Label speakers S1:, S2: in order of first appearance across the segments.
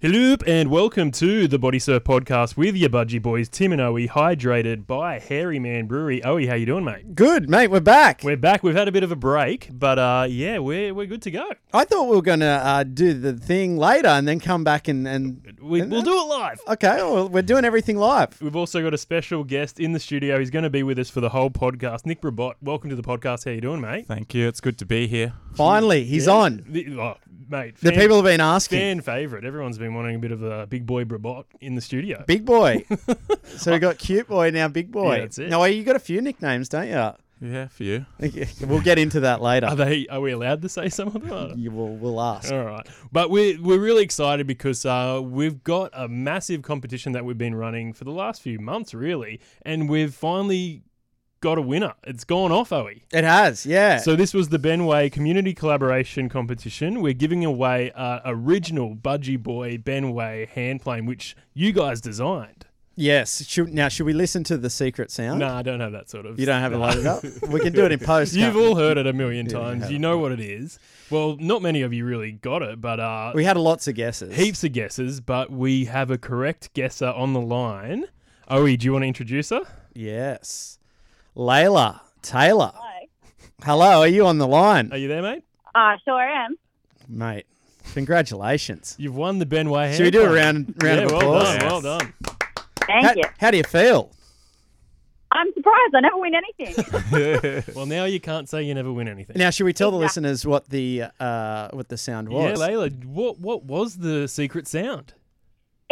S1: Hello and welcome to the Body Surf Podcast with your budgie boys Tim and Owie, hydrated by Hairy Man Brewery. Owie, how you doing, mate?
S2: Good, mate. We're back.
S1: We're back. We've had a bit of a break, but uh, yeah, we're we're good to go.
S2: I thought we were going to uh, do the thing later and then come back and. and
S1: We,
S2: and
S1: we'll do it live.
S2: Okay, well, we're doing everything live.
S1: We've also got a special guest in the studio. He's going to be with us for the whole podcast. Nick Brabot, welcome to the podcast. How you doing, mate?
S3: Thank you. It's good to be here.
S2: Finally, he's
S1: Yeah.
S2: on.
S1: The- oh, mate.
S2: The
S1: fan-
S2: people have been asking.
S1: fan favorite. Everyone's been wanting a bit of a big boy Brabot in the studio.
S2: Big boy. so we got cute boy now, big boy.
S1: Yeah, that's it.
S2: Now, you got a few nicknames, don't you?
S3: Yeah, for you.
S2: We'll get into that
S1: Are
S2: later.
S1: they? Are we allowed to say some of them? I don't-
S2: You will, we'll ask.
S1: All right, but we're we're really excited because uh, we've got a massive competition that we've been running for the last few months, really, and we've finally got a winner. It's gone off, Owie.
S2: It has, yeah.
S1: So this was the Benway Community Collaboration Competition. We're giving away uh, original Budgie Boy Benway hand plane, which you guys designed.
S2: yes. Should, now, should we listen to the secret sound?
S1: No, I don't have that sort of.
S2: You don't have it loaded up? We can do it in post.
S1: You've
S2: can't we?
S1: all heard it a million
S2: Yeah,
S1: times.
S2: have
S1: You
S2: it.
S1: know what it is. Well, not many of you really got it, but uh,
S2: we had lots of guesses.
S1: heaps of guesses, but we have a correct guesser on the line. Oe, do you want to introduce her?
S2: Yes. Layla, Taylor.
S4: Hello.
S2: Hello, are you on the line?
S1: Are you there, mate?
S4: Ah, sure am.
S2: Mate, congratulations.
S1: You've won the Ben Way.
S2: Should we do a round round
S1: yeah,
S2: of
S1: well
S2: applause?
S1: done,
S3: Yes.
S1: well done.
S4: Thank
S2: How,
S4: you.
S2: how do you feel?
S4: I'm surprised. I never win anything.
S1: Well, now you can't say you never win anything.
S2: Now, should we tell the listeners what the uh, what the sound
S1: yeah,
S2: was?
S1: Layla, what what was the secret sound?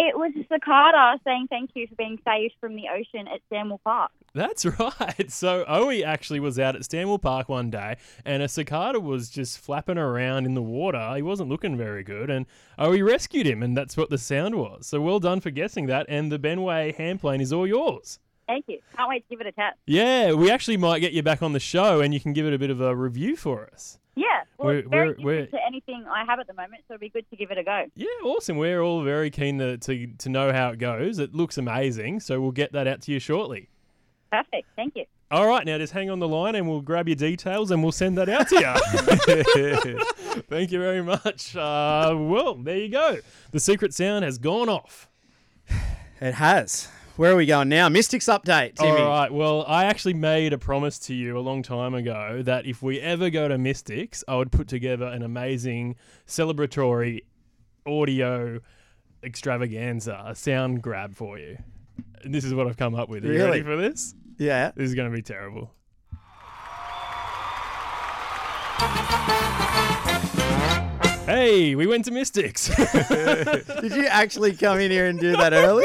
S4: it was a cicada saying thank you for being saved from the ocean at Stanwell Park.
S1: That's right. So Oe actually was out at Stanwell Park one day, and a cicada was just flapping around in the water. He wasn't looking very good, and Oe rescued him, and that's what the sound was. So well done for guessing that, and the Benway hand plane is all yours.
S4: Thank you. Can't wait to give it a test.
S1: Yeah, we actually might get you back on the show and you can give it a bit of a review for us.
S4: Yeah. Well,
S1: We're-
S4: it's very
S1: we're-
S4: different
S1: we're-
S4: to anything I have at the moment, so it'd be good to give it a go.
S1: Yeah, awesome. We're all very keen to, to, to know how it goes. It looks amazing, so we'll get that out to you shortly.
S4: Perfect. Thank you.
S1: All right, now just hang on the line and we'll grab your details and we'll send that out to you. Thank you very much. Uh, well, there you go. The secret sound has gone off.
S2: It has. Where are we going now? Mystics update, Timmy.
S1: All right. Well, I actually made a promise to you a long time ago that if we ever go to Mystics, I would put together an amazing celebratory audio extravaganza, a sound grab for you. And this is what I've come up with. Are you ready for
S2: Really?
S1: this?
S2: Yeah.
S1: This is going to be terrible. Hey, we went to Mystics.
S2: Did you actually come in here and do that early?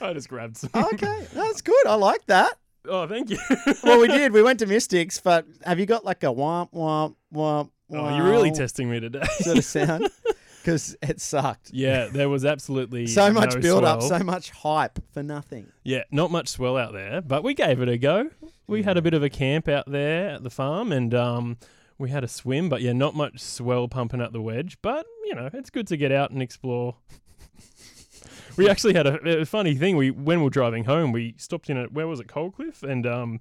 S1: I just grabbed some.
S2: okay, that's good. I like that.
S1: Oh, thank you.
S2: Well, we did. We went to Mystics, but have you got like a womp womp womp?
S1: Oh, you're really
S2: womp
S1: testing me today.
S2: sort of sound because it sucked.
S1: Yeah, there was absolutely
S2: So much
S1: no
S2: build up,
S1: swell.
S2: so much hype for nothing.
S1: yeah, not much swell out there, but we gave it a go. We had a bit of a camp out there at the farm, and um, we had a swim. But yeah, not much swell pumping up the wedge. But you know, it's good to get out and explore. we actually had a, a funny thing. We when we were driving home, we stopped in at where was it, Coldcliff, and um.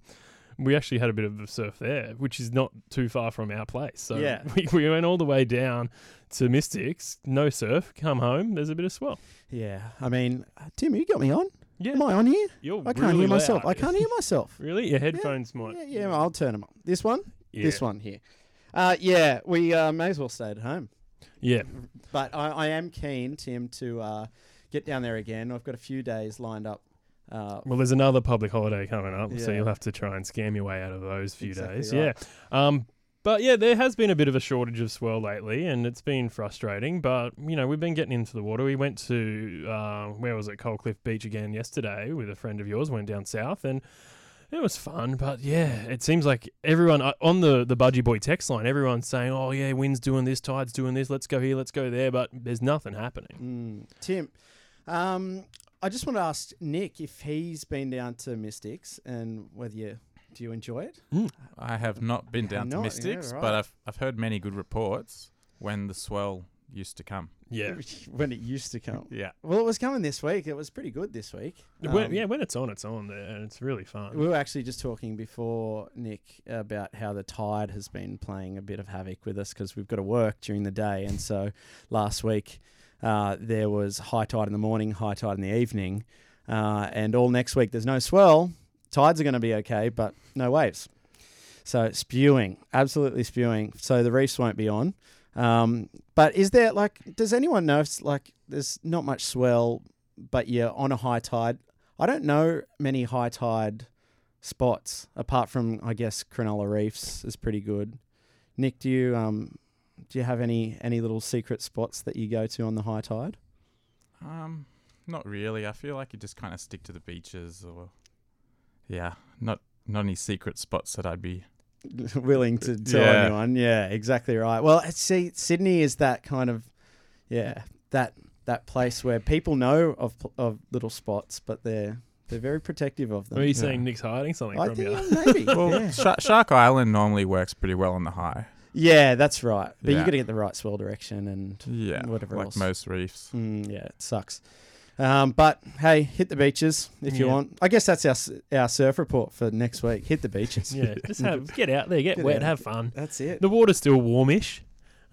S1: We actually had a bit of a surf there, which is not too far from our place. So
S2: Yeah.
S1: we, we went all the way down to Mystics, no surf, come home, there's a bit of swell.
S2: Yeah, I mean, uh, Tim, you got me on.
S1: Yeah.
S2: Am I on here?
S1: You're
S2: I can't
S1: really
S2: hear myself.
S1: loud.
S2: I can't hear myself.
S1: Really? Your headphones might.
S2: yeah, yeah, I'll turn them on. This one,
S1: Yeah.
S2: this one here. Uh, yeah, we uh, may as well stay at home.
S1: Yeah.
S2: But I, I am keen, Tim, to uh, get down there again. I've got a few days lined up. Uh,
S1: Well, there's another public holiday coming up, so
S2: Yeah.
S1: you'll have to try and scam your way out of those few
S2: Exactly
S1: days.
S2: right.
S1: Yeah. Um, but yeah, there has been a bit of a shortage of swell lately, and it's been frustrating. But you know, we've been getting into the water. We went to uh, where was it, Coldcliff Beach again yesterday with a friend of yours. Went down south, and it was fun. But yeah, it seems like everyone uh, on the the Budgie Boy text line, everyone's saying, "Oh yeah, wind's doing this, tide's doing this. Let's go here, let's go there." But there's nothing happening.
S2: mm, Tim, um, I just want to ask Nick if he's been down to Mystics and whether you do you enjoy it.
S3: I have not been down
S2: not,
S3: to
S2: yeah,
S3: Mystics,
S2: right.
S3: but I've, I've heard many good reports when the swell used to come.
S1: Yeah.
S2: when it used to come.
S3: Yeah.
S2: Well, it was coming this week. It was pretty good this week.
S1: when,
S2: Um,
S1: yeah, when it's on, it's on there, and it's really fun.
S2: We were actually just talking before, Nick, about how the tide has been playing a bit of havoc with us because we've got to work during the day. And so last week, uh, there was high tide in the morning, high tide in the evening, uh, and all next week there's no swell. Tides are going to be okay, but no waves. So spewing, absolutely spewing. So the reefs won't be on. Um, but is there like, does anyone know if it's like there's not much swell, but you're on a high tide? I don't know many high tide spots apart from I guess Cronulla Reefs is pretty good. Nick, do you um do you have any any little secret spots that you go to on the high tide?
S3: Um, not really. I feel like you just kind of stick to the beaches, or yeah, not not any secret spots that I'd be.
S2: Willing to tell
S3: Yeah.
S2: anyone? Yeah, exactly right. Well, uh, see, Sydney is that kind of yeah that that place where people know of pl- of little spots, but they're they're very protective of them.
S1: Are you saying Nick's hiding something
S2: I
S1: from you?
S2: think maybe.
S3: Well,
S2: yeah.
S3: Sha- Shark Island normally works pretty well on the high.
S2: yeah, that's right. But you
S3: Yeah.
S2: got to get the right swell direction and
S3: Yeah,
S2: Whatever
S3: like
S2: else.
S3: most reefs.
S2: Mm, yeah, it sucks. Um, but hey, hit the beaches if you
S1: Yeah.
S2: want. I guess that's our s- our surf report for next week. Hit the beaches.
S1: Yeah, just have get out there, get,
S2: Get
S1: wet,
S2: out.
S1: have fun.
S2: That's it.
S1: The water's still warmish.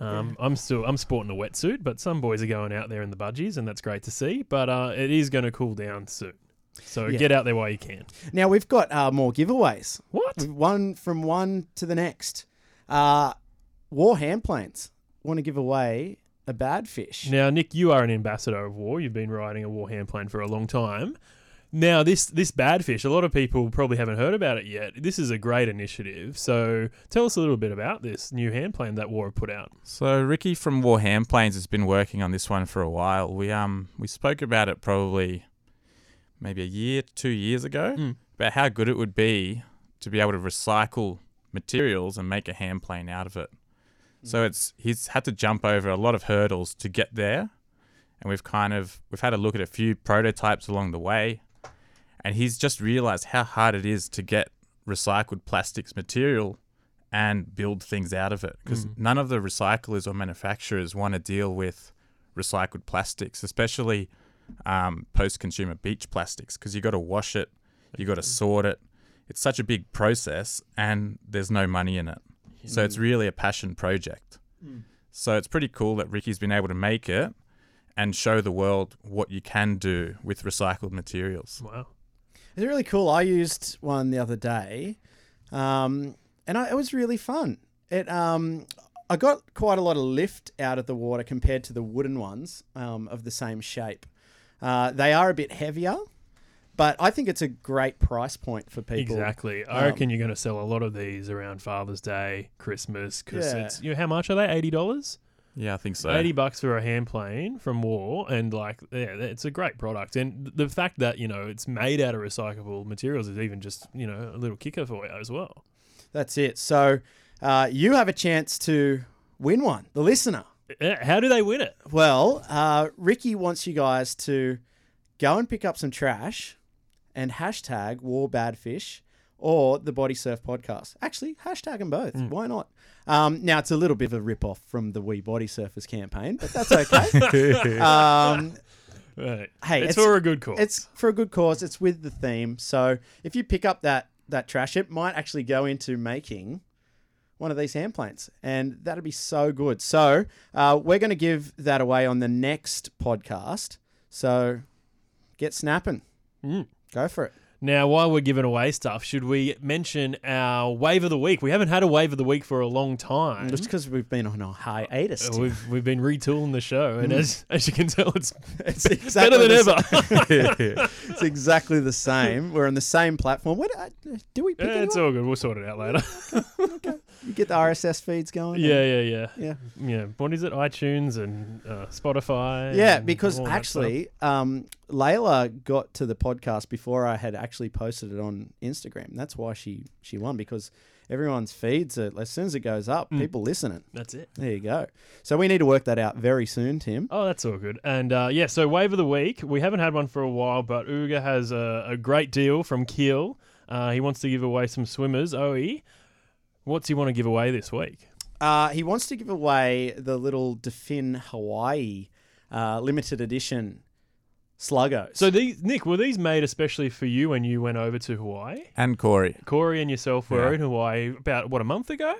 S1: Um, I'm still I'm sporting a wetsuit, but some boys are going out there in the budgies, and that's great to see. But uh, it is going to cool down soon, so
S2: Yeah.
S1: get out there while you can.
S2: Now we've got uh, more giveaways.
S1: What?
S2: We've one from one to the next. Uh, war hand planes want to give away a bad fish.
S1: Now, Nick, you are an ambassador of war. You've been riding a war hand plane for a long time. Now, this this bad fish. A lot of people probably haven't heard about it yet. This is a great initiative. So, tell us a little bit about this new hand plane that War have put out.
S3: So Ricky from Warham Planes has been working on this one for a while. We um we spoke about it probably maybe a year, two years ago,
S1: Mm.
S3: about how good it would be to be able to recycle materials and make a hand plane out of it. So it's he's had to jump over a lot of hurdles to get there, and we've kind of we've had a look at a few prototypes along the way, and he's just realised how hard it is to get recycled plastics material and build things out of it because none of the recyclers or manufacturers want to deal with recycled plastics, especially um, post-consumer beach plastics, because you got to wash it, you got to sort it. It's such a big process, and there's no money in it. So it's really a passion project. So it's pretty cool that Ricky's been able to make it and show the world what you can do with recycled materials.
S1: Wow.
S2: It's really cool. I used one the other day, um, and I, it was really fun. It um, I got quite a lot of lift out of the water compared to the wooden ones um, of the same shape. Uh, they are a bit heavier, but I think it's a great price point for people. um,
S1: Exactly. I reckon you're going to sell a lot of these around Father's Day, Christmas, because
S2: Yeah.
S1: it's you know, how much are they? Eighty dollars,
S3: Yeah, I think so.
S1: eighty bucks for a hand plane from War, and like, yeah, it's a great product. And th- the fact that you know it's made out of recyclable materials is even just you know a little kicker for you as well.
S2: That's it. So uh, you have a chance to win one, the listener.
S1: Yeah, Eh, How do they win it?
S2: Well, uh, Ricky wants you guys to go and pick up some trash and hashtag warbadfish or the Body Surf podcast. Actually, hashtag them both. Why not? Um, now, it's a little bit of a rip-off from the We Body Surfers campaign, but that's okay. um,
S1: Right.
S2: Hey,
S1: it's,
S2: it's-
S1: for a good cause.
S2: it's for a good cause. It's with the theme. So if you pick up that that trash, it might actually go into making one of these hand planes, and that'd be so good. So uh, we're going to give that away on the next podcast. So get snapping.
S1: Mm.
S2: Go for it.
S1: Now, while we're giving away stuff, should we mention our wave of the week? We haven't had a wave of the week for a long time.
S2: Just because we've been on a hiatus.
S1: Uh, We've we've been retooling the show,
S2: Hmm.
S1: and as as you can tell, it's,
S2: It's
S1: be-
S2: exactly
S1: better than
S2: the
S1: ever.
S2: it's exactly the same. We're on the same platform. What uh, do we pick?
S1: Yeah, it's
S2: anyone?
S1: all good. We'll sort it out later.
S2: You get the RSS feeds going.
S1: yeah, yeah, yeah,
S2: Yeah.
S1: yeah. What is it? iTunes and uh, Spotify.
S2: Yeah,
S1: and oh,
S2: because
S1: all that
S2: actually, um, Layla got to the podcast before I had actually posted it on Instagram. That's why she she won because everyone's feeds are, as soon as it goes up,
S1: Mm.
S2: people listen it.
S1: stuff. that's it.
S2: There you go. So we need to work that out very soon, Tim.
S1: Oh, that's all good. And uh, yeah, so wave of the week. We haven't had one for a while, but Uga has a, a great deal from Kiel. Uh, he wants to give away some swimmers. Oe, what's he want to give away this week?
S2: Uh, he wants to give away the little Defin Hawaii uh, limited edition sluggos.
S1: So these, Nick, were these made especially for you when you went over to Hawaii?
S3: and Corey.
S1: Corey and yourself were
S3: Yeah.
S1: in Hawaii about what a month ago.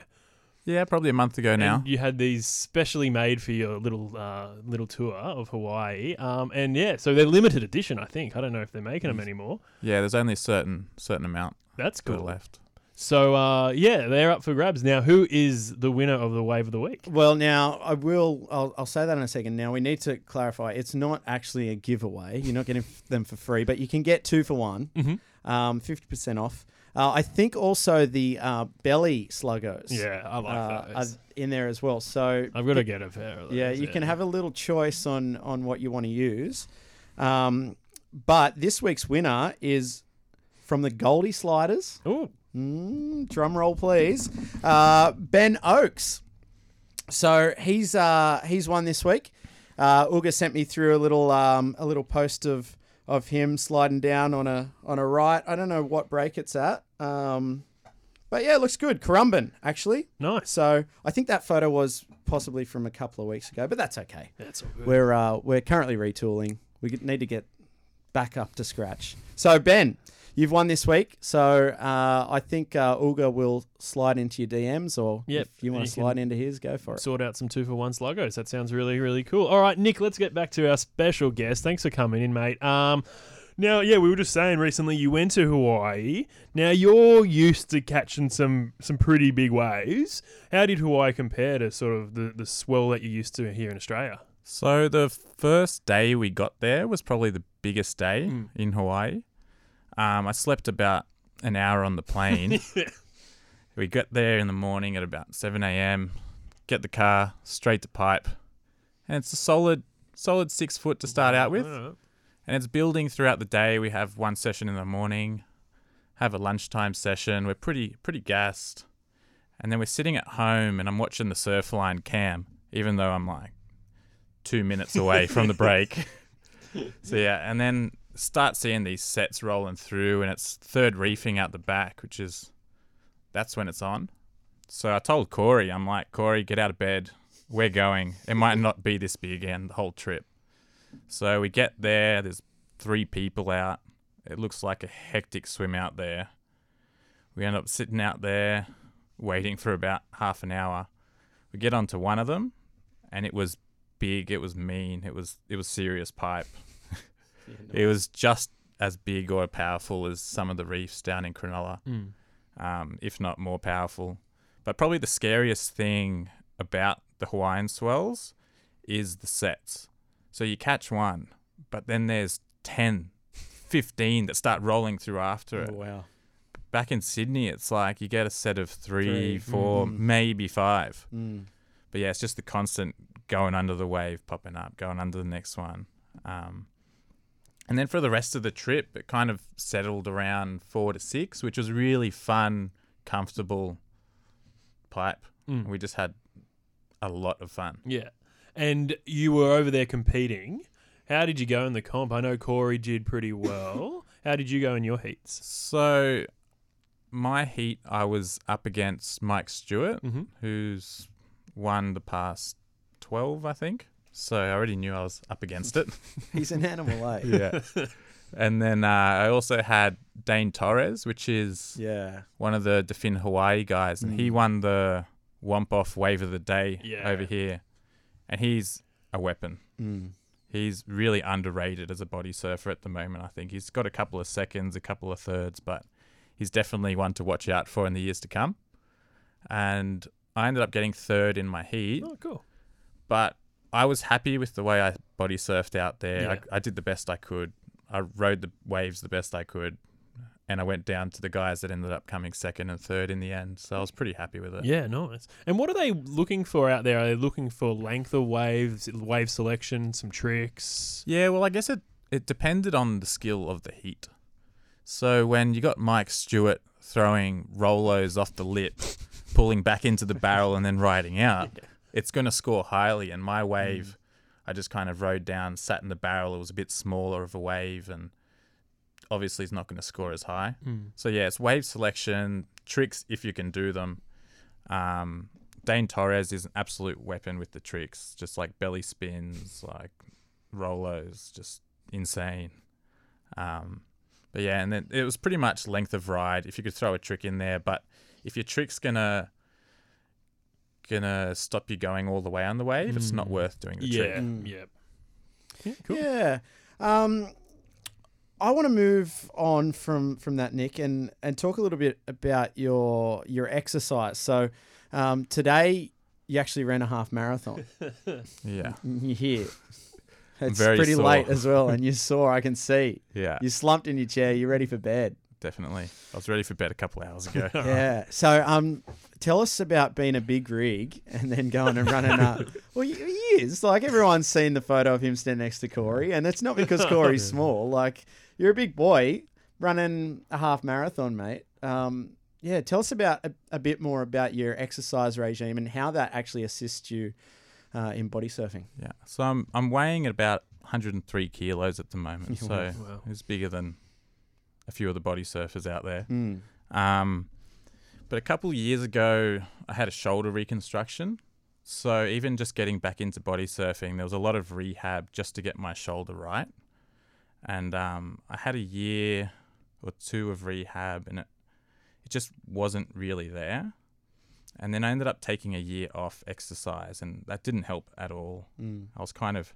S3: Yeah, probably a month ago now.
S1: And you had these specially made for your little uh, little tour of Hawaii. Um, and yeah, so they're limited edition, I think. I don't know if they're making them anymore.
S3: Yeah, there's only a certain certain amount
S1: That's
S3: that are
S1: cool.
S3: left.
S1: So uh, yeah, they're up for grabs now. Who is the winner of the wave of the week?
S2: Well, now I will. I'll, I'll say that in a second. Now we need to clarify. It's not actually a giveaway. You're not getting f- them for free, but you can get two for one. Um, Fifty
S1: Mm-hmm.
S2: percent off. Uh, I think also the uh, belly sluggos.
S1: Yeah, I like
S2: uh, are
S1: those.
S2: in there as well. So
S1: I've got to get a pair of those.
S2: yeah, you can have a little choice on on what you want to use. Um, but this week's winner is from the Goldie Sliders.
S1: Ooh,
S2: Mm, drum roll, please. Uh, ben Oakes. So he's uh, he's won this week. Uh, Uga sent me through a little um, a little post of of him sliding down on a on a right. I don't know what break it's at. Um, but yeah, it looks good. Corumban, actually.
S1: nice.
S2: So I think that photo was possibly from a couple of weeks ago, but that's okay.
S1: That's all good.
S2: We're uh, we're currently retooling. We get- need to get back up to scratch. So Ben, you've won this week. So uh, I think uh, Uga will slide into your DMs, or
S1: Yep,
S2: if you want
S1: you
S2: to slide into his, go for it.
S1: Sort out some two for one sluggos. That sounds really, really cool. All right, Nick, let's get back to our special guest. Thanks for coming in, mate. Um, now, yeah, we were just saying recently you went to Hawaii. Now you're used to catching some some pretty big waves. How did Hawaii compare to sort of the the swell that you're used to here in Australia?
S3: So the first day we got there was probably the biggest day in Hawaii. Um, I slept about an hour on the plane. We got there in the morning at about 7 a.m. Get the car straight to pipe, and it's a solid, solid six foot to start out with,
S1: Alright.
S3: and it's building throughout the day. We have one session in the morning, have a lunchtime session. We're pretty, pretty gassed, and then we're sitting at home, and I'm watching the surf line cam, even though I'm like two minutes away from the break. so yeah, and then start seeing these sets rolling through, and it's third reefing out the back, which is that's when it's on. So I told Corey, I'm like, Corey, get out of bed. We're going. It might not be this big again the whole trip. So we get there. There's three people out. It looks like a hectic swim out there. We end up sitting out there, waiting for about half an hour. We get onto one of them, and it was big. It was mean. It was it was serious pipe. It was just as big or powerful as some of the reefs down in Cronulla um, if not more powerful. But probably the scariest thing about the Hawaiian swells is the sets. So you catch one, but then there's 10, 15 that start rolling through after it.
S2: Oh, wow.
S3: Back in Sydney, it's like you get a set of
S2: Three.
S3: three, four,
S2: Mm.
S3: maybe five.
S2: Mm.
S3: But yeah, it's just the constant going under the wave, popping up, going under the next one. Um, and then for the rest of the trip, it kind of settled around four to six, which was really fun, comfortable pipe.
S1: Mm.
S3: We just had a lot of fun.
S1: Yeah. And you were over there competing. How did you go in the comp? I know Corey did pretty well. How did you go in your heats?
S3: So, my heat, I was up against Mike Stewart,
S1: Mhm.
S3: who's won the past 12, I think. So, I already knew I was up against it.
S2: He's an animal, eh?
S3: yeah. And then uh, I also had Dane Torres, which is
S2: yeah.
S3: one of the Defin Hawaii guys, and he won the Womp Off Wave of the Day
S1: Yeah.
S3: over here. And he's a weapon.
S2: Mm.
S3: He's really underrated as a body surfer at the moment, I think. He's got a couple of seconds, a couple of thirds, but he's definitely one to watch out for in the years to come. And I ended up getting third in my heat
S1: Oh, cool.
S3: but I was happy with the way I body surfed out there.
S1: Yeah.
S3: I, I did the best I could. I rode the waves the best I could, and I went down to the guys that ended up coming second and third in the end. So I was pretty happy with it.
S1: Yeah, nice. And what are they looking for out there? Are they looking for length of waves, wave selection, some tricks?
S3: Yeah, well, I guess it it depended on the skill of the heat. So when you got Mike Stewart throwing Rolos off the lip, pulling back into the barrel and then riding out, it's going to score highly. And my wave, I just kind of rode down, sat in the barrel. It was a bit smaller of a wave, and obviously it's not going to score as high.
S1: Mm.
S3: So yeah, it's wave selection tricks if you can do them. Um, Dane Torres is an absolute weapon with the tricks, just like belly spins, like Rolos, just insane. Um, but yeah, and then it was pretty much length of ride. If you could throw a trick in there, but if your trick's gonna gonna stop you going all the way on the wave. It's not worth doing the
S1: yeah,
S3: trip.
S1: yeah. Yeah, cool.
S2: Yeah. Um, I want to move on from from that, Nick, and and talk a little bit about your your exercise. So um, today you actually ran a half marathon.
S3: Yeah,
S2: you hear. It's
S3: very
S2: pretty
S3: sore. Uh,
S2: late as well, and you saw. I can see
S3: yeah,
S2: you slumped in your chair. You're ready for bed.
S3: definitely. I was ready for bed a couple hours ago.
S2: Yeah. So, um, tell us about being a big rig and then going and running up. Well, he he is. Like, everyone's seen the photo of him standing next to Corey, and it's not because Corey's small. Like, you're a big boy running a half marathon, mate. Um, yeah. Tell us about a, a bit more about your exercise regime and how that actually assists you uh, in body surfing.
S3: Yeah. So I'm I'm weighing at about 103 kilos at the moment. So
S1: Wow.
S3: it's bigger than a few of the body surfers out there.
S2: Mm.
S3: Um, but a couple of years ago, I had a shoulder reconstruction. So even just getting back into body surfing, there was a lot of rehab just to get my shoulder right. And um, I had a year or two of rehab, and it it just wasn't really there. And then I ended up taking a year off exercise, and that didn't help at all.
S2: Mm.
S3: I was kind of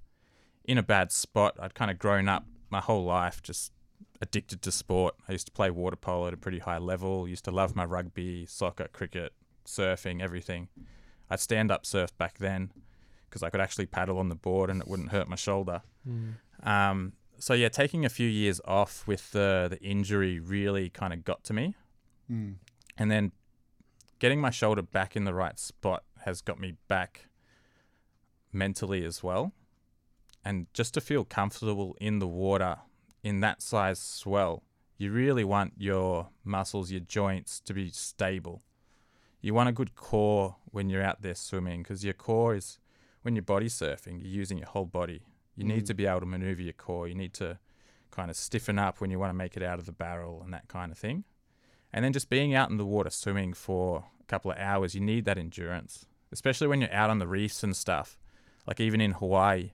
S3: in a bad spot. I'd kind of grown up my whole life just addicted to sport. I used to play water polo at a pretty high level. Used to love my rugby, soccer, cricket, surfing, everything. I stand up surfed back then because I could actually paddle on the board and it wouldn't hurt my shoulder. Um, so yeah, taking a few years off with the the injury really kind of got to me,
S2: Mm.
S3: and then getting my shoulder back in the right spot has got me back mentally as well, and just to feel comfortable in the water in that size swell. You really want your muscles, your joints to be stable. You want a good core when you're out there swimming because your core is when you're body surfing, you're using your whole body. You need to be able to maneuver your core. You need to kind of stiffen up when you want to make it out of the barrel and that kind of thing. And then just being out in the water swimming for a couple of hours, you need that endurance, especially when you're out on the reefs and stuff. Like even in Hawaii,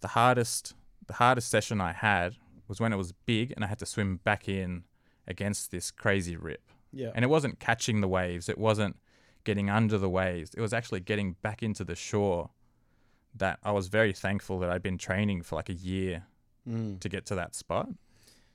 S3: the hardest the hardest session I had was when it was big and I had to swim back in against this crazy rip.
S2: Yeah.
S3: And it wasn't catching the waves, it wasn't getting under the waves. It was actually getting back into the shore that I was very thankful that I'd been training for like a year
S2: Mm.
S3: to get to that spot.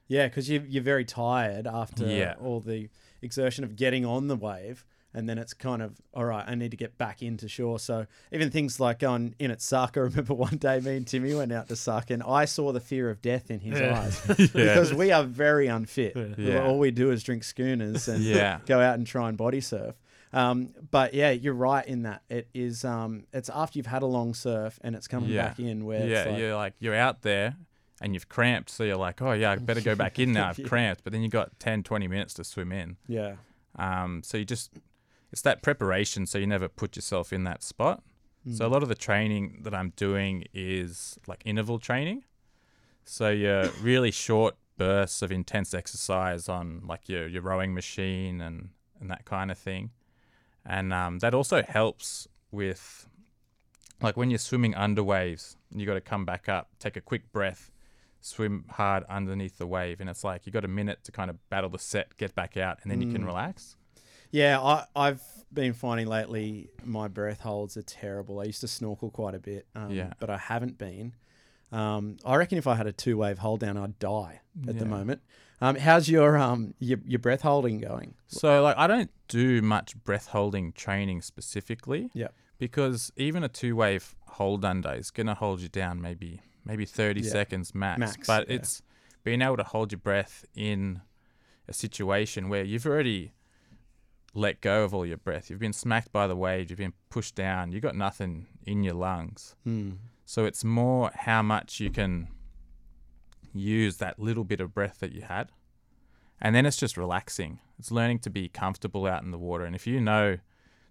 S2: Yeah, because you, you're very tired after
S3: Yeah.
S2: all the exertion of getting on the wave. And then it's kind of, all right, I need to get back into shore. So even things like going in at Saka, I remember one day me and Timmy went out to Saka and I saw the fear of death in his
S1: Yeah.
S2: eyes because we are very unfit.
S3: Yeah.
S2: All we do is drink schooners and
S3: Yeah.
S2: go out and try and body surf. Um, but yeah, you're right in that it is. Um, it's after you've had a long surf and it's coming
S3: Yeah.
S2: back in where
S3: yeah,
S2: it's like,
S3: you're like you're out there and you've cramped, so you're like, oh yeah, I better go back in now. I've cramped, but then you got 10, 20 minutes to swim in.
S2: yeah,
S3: Um, so you just it's that preparation, so you never put yourself in that spot. So a lot of the training that I'm doing is like interval training. So your really short bursts of intense exercise on like your your rowing machine and and that kind of thing, and um, that also helps with like when you're swimming under waves, you got to come back up, take a quick breath, swim hard underneath the wave, and it's like you got a minute to kind of battle the set, get back out, and then you can relax.
S2: Yeah, I, I've been finding lately my breath holds are terrible. I used to snorkel quite a bit, um,
S3: Yeah.
S2: but I haven't been. Um, I reckon if I had a two wave hold down, I'd die at the
S3: Yeah.
S2: moment. Um, how's your um your, your breath holding going?
S3: So like I don't do much breath holding training specifically.
S2: Yeah.
S3: Because even a two wave hold under is gonna hold you down maybe maybe thirty
S2: Yeah.
S3: seconds max.
S2: Max,
S3: but
S2: yeah.
S3: it's being able to hold your breath in a situation where you've already let go of all your breath. You've been smacked by the wave, you've been pushed down, you've got nothing in your lungs.
S2: Hmm.
S3: So it's more how much you can use that little bit of breath that you had. And then it's just relaxing. It's learning to be comfortable out in the water. And if you know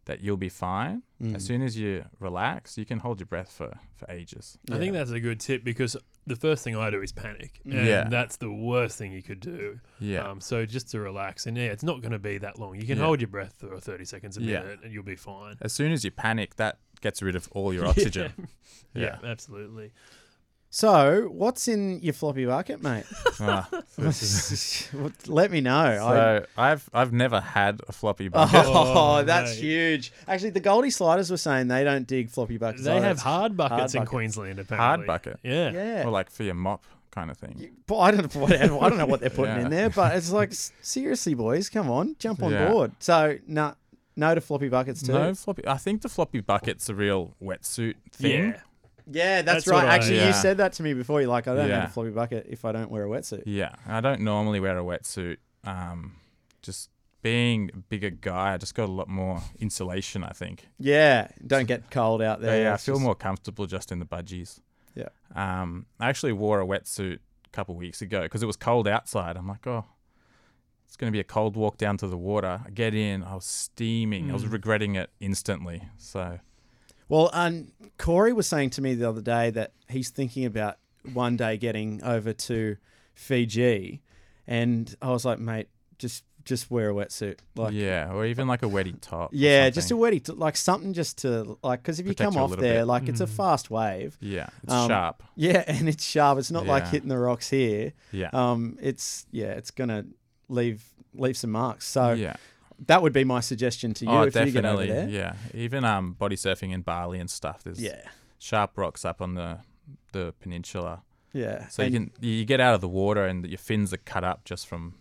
S3: that you'll be fine,
S2: Mm.
S3: as soon as you relax, you can hold your breath for, for ages.
S1: I think that's a good tip because the first thing I do is panic, and
S3: Yeah.
S1: that's the worst thing you could do.
S3: Yeah.
S1: Um, so just to relax, and yeah, it's not going to be that long. You can
S3: Yeah.
S1: hold your breath for thirty seconds a
S3: Yeah.
S1: minute, and you'll be fine.
S3: As soon as you panic, that gets rid of all your oxygen.
S1: Yeah, absolutely.
S2: So, what's in your floppy bucket, mate?
S3: Ah.
S2: Let me know. I-
S3: So I've I've never had a floppy bucket.
S2: oh,
S1: Oh,
S2: that's
S1: mate.
S2: huge. Actually, the Goldie Sliders were saying they don't dig floppy buckets.
S1: They
S2: either.
S1: have hard buckets in
S2: bucket.
S1: Queensland, apparently.
S3: bucket?
S1: Yeah.
S2: Yeah.
S3: Or like for your mop kind of thing.
S2: But I don't know whatever. I don't know what they're putting
S3: Yeah.
S2: in there, but it's like s- seriously, boys, come on, jump on
S3: Yeah.
S2: board. So no, no to floppy buckets too.
S3: No floppy. I think the floppy bucket's a real wetsuit thing.
S1: Yeah.
S2: Yeah, that's,
S1: That's
S2: right.
S1: what I-
S2: Actually, you
S3: Yeah.
S2: said that to me before. You're like, I don't
S3: Yeah.
S2: have a floppy bucket if I don't wear a wetsuit.
S3: Yeah. I don't normally wear a wetsuit. Um, just being a bigger guy, I just got a lot more insulation. I think.
S2: Yeah, don't get cold out
S3: Yeah,
S2: there.
S3: I
S2: It's
S3: feel
S2: just-
S3: more comfortable just in the budgies.
S2: Yeah.
S3: Um, I actually wore a wetsuit a couple weeks ago because it was cold outside. I'm like, oh, it's going to be a cold walk down to the water. I get in, I was steaming. I was
S2: Mm.
S3: regretting it instantly. So,
S2: Well, um, Corey was saying to me the other day that he's thinking about one day getting over to Fiji, and I was like, mate, just just wear a wetsuit. Like,
S3: yeah, or even like a wetty top. or
S2: Yeah, just a
S3: something.
S2: wetty, t- like something just to like because if you
S3: Protect
S2: come
S3: you a
S2: off
S3: little
S2: there,
S3: bit. Mm.
S2: like it's a fast wave.
S3: Yeah, it's
S2: um,
S3: sharp.
S2: Yeah, and it's sharp. It's not like
S3: Yeah.
S2: hitting the rocks here.
S3: Yeah.
S2: Um, it's yeah, it's gonna leave leave some marks. So
S3: yeah.
S2: that would be my suggestion to uh, you
S3: Oh,
S2: if you get over
S3: definitely.
S2: there.
S3: Yeah. Even um, body surfing in Bali and stuff. There's
S2: yeah,
S3: sharp rocks up on the the peninsula.
S2: yeah.
S3: So
S2: And-
S3: you can you get out of the water and your fins are cut up just from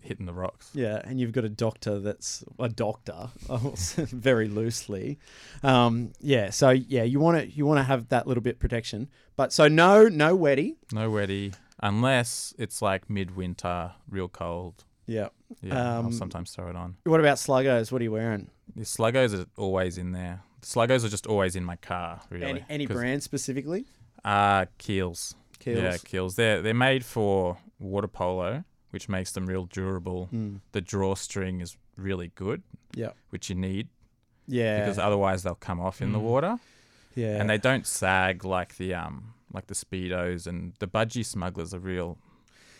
S3: hitting the rocks.
S2: Yeah, and you've got a doctor that's a doctor, oh, very loosely. Um, yeah, so yeah, you want to you want to have that little bit protection, but so no no wetty.
S3: No wetty unless it's like midwinter, real cold.
S2: Yeah.
S3: Yeah,
S2: Um,
S3: I'll sometimes throw it on.
S2: What about sluggos? What are you wearing?
S3: The sluggos are always in there. The sluggos are just always in my car. Really,
S2: Any, any
S3: 'cause-
S2: brand specifically?
S3: Uh keels.
S2: Keels.
S3: Yeah, keels. They're they're made for water polo, which makes them real durable.
S2: Hmm.
S3: The drawstring is really good,
S2: Yeah.
S3: which you need
S2: Yeah. Hmm.
S3: because otherwise they'll come off in the water.
S2: yeah.
S3: and they don't sag like the um like the speedos and the budgie smugglers are real.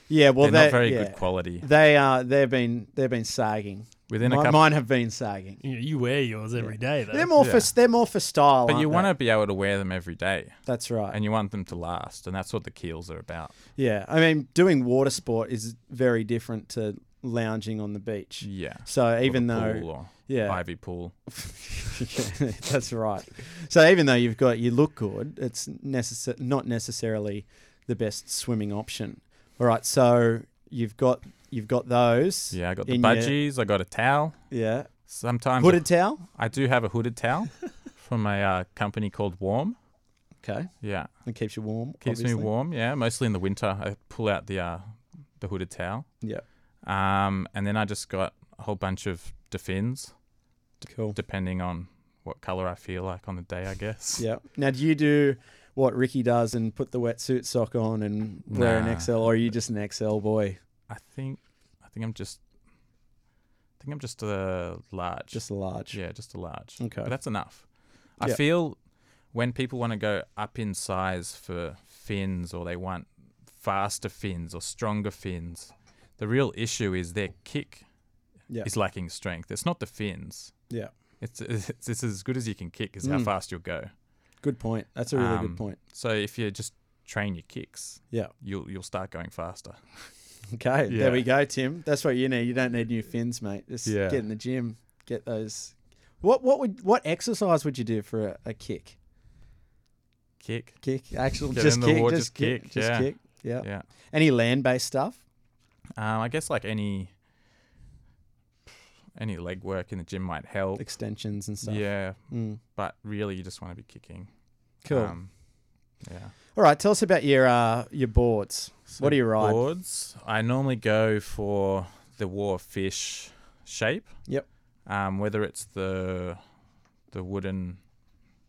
S2: yeah, well
S3: Well, they're
S2: they
S3: not very
S2: yeah.
S3: good quality.
S2: They are they've been they've been sagging.
S3: Within a
S2: Mi-
S3: couple-
S2: mine have been sagging.
S1: You, you wear yours every day,
S2: They're
S1: though.
S2: more
S3: Yeah.
S2: for they're more for style.
S3: But you
S2: aren't
S3: want
S2: they?
S3: to be able to wear them every day,
S2: That's right.
S3: and you want them to last, and that's what the keels are about.
S2: yeah. I mean, doing water sport is very different to lounging on the beach.
S3: Yeah.
S2: So
S3: Or
S2: even
S3: the
S2: though
S3: pool or
S2: yeah.
S3: Ivy pool.
S2: Yeah, that's right. So even though you've got you look good, it's necessar- not necessarily the best swimming option. All right, so you've got you've got those.
S3: Yeah, I got the
S2: in your-
S3: budgies. I got a towel.
S2: yeah,
S3: Sometimes
S2: hooded towel.
S3: I do have a hooded towel from a uh, company called Warm.
S2: Okay,
S3: Yeah,
S2: it keeps you warm.
S3: keeps
S2: obviously.
S3: me warm. Yeah, mostly in the winter, I pull out the uh, the hooded towel.
S2: Yeah,
S3: Um, and then I just got a whole bunch of defins,
S2: cool.
S3: depending on what color I feel like on the day, I guess.
S2: Yeah. Now, do you do what Ricky does and put the wetsuit sock on and wear
S3: Nah.
S2: an XL, or are you just an XL boy,
S3: I think, I think I'm just, I think I'm just a large.
S2: just a large?
S3: yeah, just a large.
S2: Okay.
S3: But that's enough. I
S2: Yeah.
S3: feel when people want to go up in size for fins, or they want faster fins or stronger fins, the real issue is their kick
S2: Yeah.
S3: is lacking strength. It's not the fins.
S2: Yeah.
S3: It's, it's, it's as good as you can kick is how
S2: Mm.
S3: fast you'll go.
S2: Good point. That's a really
S3: Um,
S2: good point.
S3: So if you just train your kicks,
S2: Yeah.
S3: you'll you'll start going faster.
S2: Okay,
S3: Yeah.
S2: there we go, Tim. That's what you need. You don't need new fins, mate. Just
S3: Yeah.
S2: get in the gym, get those. What what would what exercise would you do for a, a kick?
S3: Kick.
S2: Kick, actual,
S3: Get
S2: just
S3: in the
S2: kick,
S3: water,
S2: just
S3: just
S2: kick,
S3: kick,
S2: just
S3: yeah.
S2: kick. Yeah.
S3: Yeah.
S2: Any land based stuff?
S3: Um, I guess like any any leg work in the gym might help.
S2: Extensions and stuff.
S3: Yeah,
S2: Mm,
S3: but really you just want to be kicking.
S2: cool.
S3: Um, yeah.
S2: All right, tell us about your uh, your boards. what do you ride?
S3: Boards. I normally go for the war fish shape.
S2: Yep.
S3: Um, whether it's the the wooden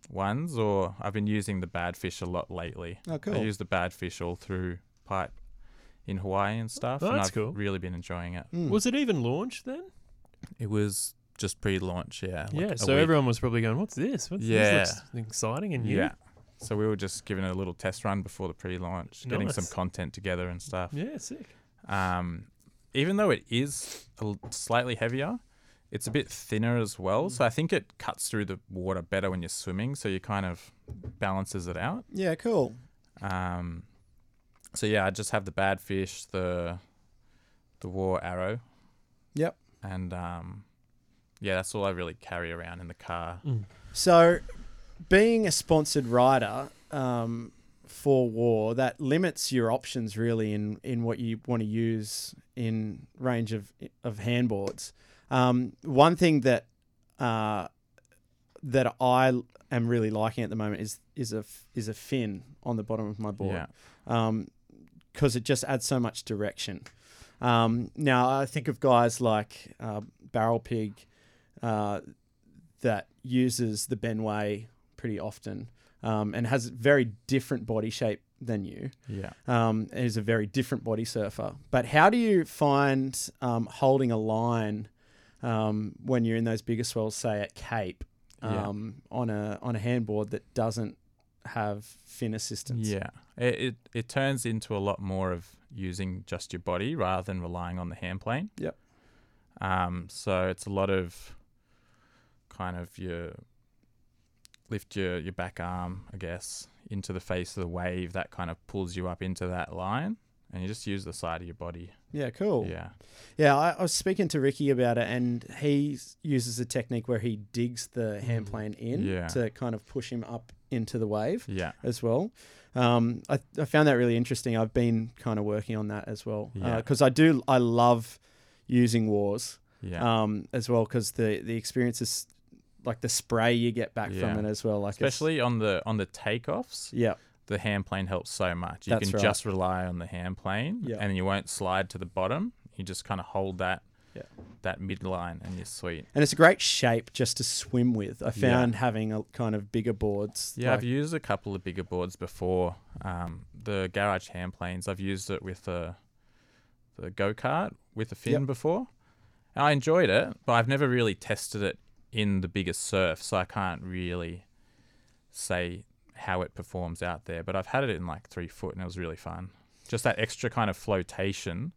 S3: ones or I've been using the bad fish a lot lately.
S2: Oh, cool.
S3: I use the bad fish all through pipe in Hawaii and stuff.
S1: Oh,
S3: and
S1: that's
S3: I've
S1: cool.
S3: really been enjoying it.
S2: Hmm.
S1: Was it even launched then?
S3: It was just pre launch, yeah. like
S1: yeah.
S3: a
S1: So
S3: week.
S1: everyone was probably going, "What's this? What's
S3: Yeah.
S1: this? Looks exciting and new."
S3: Yeah. So we were just giving it a little test run before the pre launch, getting some
S1: Nice.
S3: content together and stuff.
S1: Yeah, sick.
S3: Um, even though it is a l- slightly heavier, it's a bit thinner as well.
S1: Mm.
S3: So I think it cuts through the water better when you're swimming. So you kind of balances it out.
S2: Yeah, cool.
S3: Um, so yeah, I just have the bad fish, the the war arrow.
S2: Yep.
S3: And um, yeah, that's all I really carry around in the car.
S2: So, being a sponsored rider um, for war that limits your options really in in what you want to use in range of of handboards. Um, one thing that uh, that I am really liking at the moment is is a f- is a fin on the bottom of my
S1: Mm-hmm.
S2: board
S3: Yeah.
S2: because um, it just adds so much direction. Um, now I think of guys like uh, Barrel Pig uh, that uses the Benway pretty often um, and has very different body shape than you.
S3: Yeah.
S2: Um, and is a very different body surfer. But how do you find um, holding a line um, when you're in those bigger swells, say at Cape,
S3: Yeah.
S2: um, on a on a handboard that doesn't have fin assistance?
S3: Yeah. It, it it turns into a lot more of using just your body rather than relying on the hand plane.
S2: Yep.
S3: Um, so it's a lot of kind of your lift your, your back arm, I guess, into the face of the wave that kind of pulls you up into that line and you just use the side of your body.
S2: Yeah, cool.
S3: Yeah.
S2: Yeah, I, I was speaking to Ricky about it, and he s- uses a technique where he digs the hand plane in
S3: Mm. Yeah.
S2: to kind of push him up into the wave
S3: Yeah.
S2: as well. Um, I, I found that really interesting. I've been kind of working on that as well
S3: Yeah.
S2: because I do I love using wars
S3: Yeah.
S2: um, as well because the the experience is like the spray you get back
S3: Yeah.
S2: from it as well. Like it's-
S3: Especially on the on the takeoffs,
S2: yeah,
S3: the hand plane helps so much. You
S2: That's
S3: can
S2: right.
S3: just rely on the hand plane,
S2: Yeah.
S3: and you won't slide to the bottom. You just kind of hold that
S2: Yeah.
S3: that midline, and you're sweet.
S2: and it's a great shape just to swim with. I found having a kind of bigger boards.
S3: Yeah,
S2: like-
S3: I've used a couple of bigger boards before. Um, the garage hand planes, I've used it with the the go kart with a fin
S2: Yep.
S3: before. And I enjoyed it, but I've never really tested it in the bigger surf, so I can't really say how it performs out there. But I've had it in like three foot, and it was really fun. Just that extra kind of flotation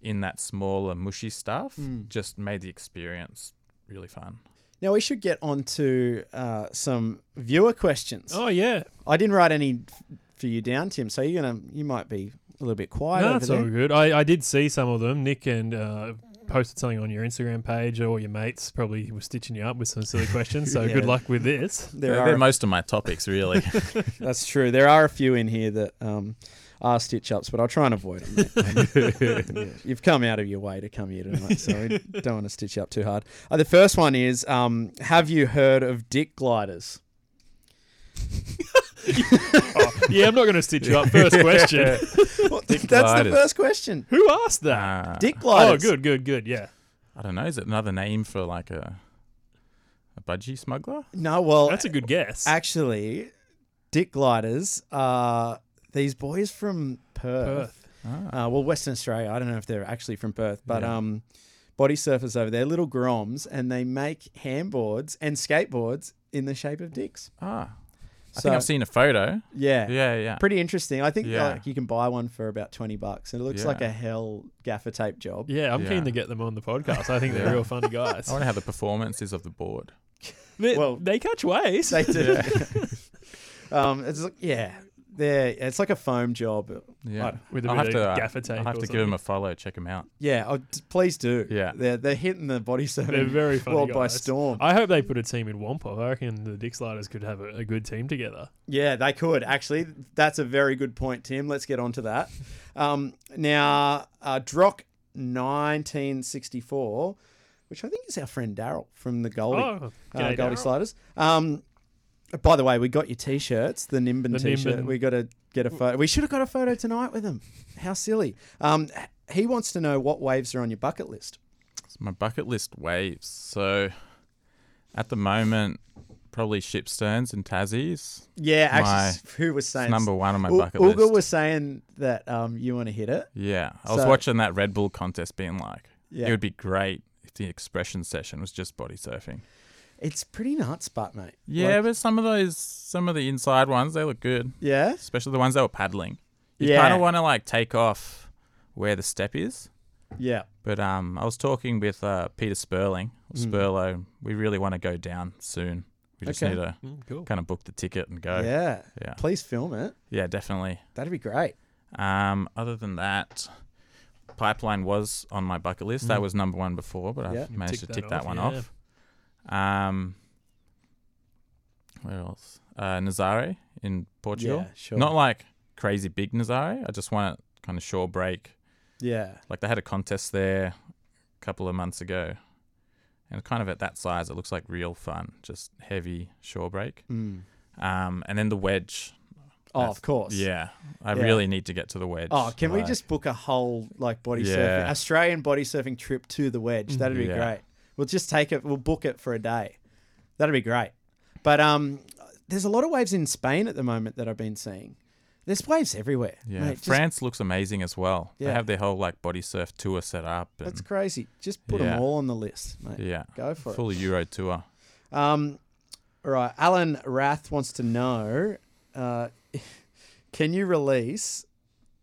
S3: in that smaller mushy stuff
S2: Hmm.
S3: just made the experience really fun.
S2: Now we should get on to uh, some viewer questions.
S1: Oh yeah,
S2: I didn't write any f- for you down, Tim. So you're gonna you might be a little bit quiet
S1: no,
S2: over
S1: that's
S2: there.
S1: all good. I, I did see some of them. Nick and uh, posted something on your Instagram page, or your mates probably were stitching you up with some silly questions. So
S2: Yeah.
S1: good luck with this.
S2: There
S3: They're-
S2: are
S3: they're most of my topics, really.
S2: that's true. There are a few in here that um, are stitch ups, but I'll try and avoid them. Yeah, You've come out of your way to come here tonight, so we don't want to stitch you up too hard. Uh, the first one is: um, Have you heard of dick gliders?
S1: yeah, I'm not going to stitch you up. First question:
S2: Well, that's the
S3: gliders.
S2: first question.
S1: Who asked that?
S3: Uh,
S2: Dick
S1: oh,
S2: gliders.
S1: good, good, good. Yeah,
S3: I don't know. Is it another name for like a a budgie smuggler?
S2: No, well,
S1: that's a good guess.
S2: actually, dick gliders are these boys from Perth.
S1: Perth.
S2: Uh, well, Western Australia. I don't know if they're actually from Perth, but
S3: Ah. Yeah.
S2: um, body surfers over there, little groms, and they make handboards and skateboards in the shape of dicks.
S3: Ah, I
S2: So-
S3: think I've seen a photo.
S2: Yeah.
S3: Yeah, yeah.
S2: Pretty interesting. I think
S3: Yeah.
S2: like you can buy one for about twenty bucks, and it looks
S3: Yeah.
S2: like a hell gaffer tape job.
S1: Yeah, I'm
S3: Yeah.
S1: keen to get them on the podcast. I think they're
S3: Yeah.
S1: real funny guys.
S3: I wonder how the performance is of the board.
S1: They,
S2: Well-
S1: they catch waves.
S2: They do. um, it's like, yeah, they're it's like a foam job.
S3: Yeah,
S1: With a
S3: I'll
S1: bit of
S3: have to, uh,
S1: gaffer tape
S3: I'll have
S1: or
S3: to give him
S1: something.
S3: a follow. Check him out.
S2: Yeah, oh, d- please do.
S3: Yeah.
S2: they're they're hitting the body surfing
S1: They're very funny
S2: world by
S1: guys.
S2: storm.
S1: I hope they put a team in Wampa. I reckon the Dick Sliders could have a, a good team together.
S2: Yeah, they could actually. That's a very good point, Tim. Let's get on to that. Um, now, uh, Drock 1964, which I think is our friend Daryl from the Goldie,
S1: Oh,
S2: uh,
S1: g'day,
S2: Goldie
S1: Daryl.
S2: Sliders. Um, by the way, we got your t-shirts, the Nimbin
S1: The
S2: t-shirt.
S1: Nimbin.
S2: We got to get a photo. We should have got a photo tonight with him. How silly. Um, h- he wants to know what waves are on your bucket list.
S3: So my bucket list waves. So, at the moment, probably ship sterns and Tassies.
S2: Yeah,
S3: My-
S2: actually, s- who was
S3: It's
S2: saying
S3: number one on my
S2: U-
S3: bucket
S2: Uga
S3: list.
S2: was saying that um, you want to hit it.
S3: Yeah, I was
S2: So-
S3: watching that Red Bull contest, being like,
S2: Yeah.
S3: it would be great if the expression session was just body surfing.
S2: It's pretty nuts, but mate.
S3: Yeah, but some of those, some of the inside ones, they look good,
S2: Yeah.
S3: especially the ones that were paddling. You
S2: Yeah.
S3: kind of want to like take off where the step is.
S2: Yeah.
S3: But
S2: Hmm.
S3: um, I was talking with uh, Peter Sperling, or Spurlow. We really want to go down soon. We just
S2: Okay.
S3: need to
S1: Mm, cool.
S3: kind of book the ticket and go.
S2: Yeah.
S3: Yeah.
S2: Please film it.
S3: Yeah, definitely.
S2: That'd be great.
S3: Um, other than that, Pipeline was on my bucket list. That
S1: Mm.
S3: was number one before, but
S2: Hmm. Yeah.
S3: I've
S1: You
S3: managed to
S1: ticked
S3: tick
S1: that
S3: that
S1: off,
S3: one
S1: yeah.
S3: off. Um, where else? Uh, Nazare in Portugal.
S2: Yeah, sure.
S3: Not like crazy big Nazare. I just want a kind of shore break.
S2: Yeah.
S3: Like they had a contest there a couple of months ago. And kind of at that size, it looks like real fun, just heavy shore break.
S2: Mm.
S3: Um, and then the wedge.
S2: Oh,
S3: That's-
S2: of course.
S3: Yeah, I
S2: Yeah.
S3: really need to get to the wedge.
S2: Oh, can we
S3: Like-
S2: just book a whole like body surfing
S3: Yeah. Mm,
S2: Australian body surfing trip to the wedge? That'd be
S3: Yeah.
S2: great. We'll just take it. We'll book it for a day. That'd be great. But um, there's a lot of waves in Spain at the moment that I've been seeing. There's waves everywhere.
S3: Yeah,
S2: mate. Just-
S3: France looks amazing as well.
S2: Yeah.
S3: They have their whole like body surf tour set up. And,
S2: that's crazy. Just put
S3: Yeah.
S2: them all on the list, mate.
S3: Yeah,
S2: Go for
S3: full Euro tour.
S2: it. Um, all right. Alan Rath wants to know, uh, can you release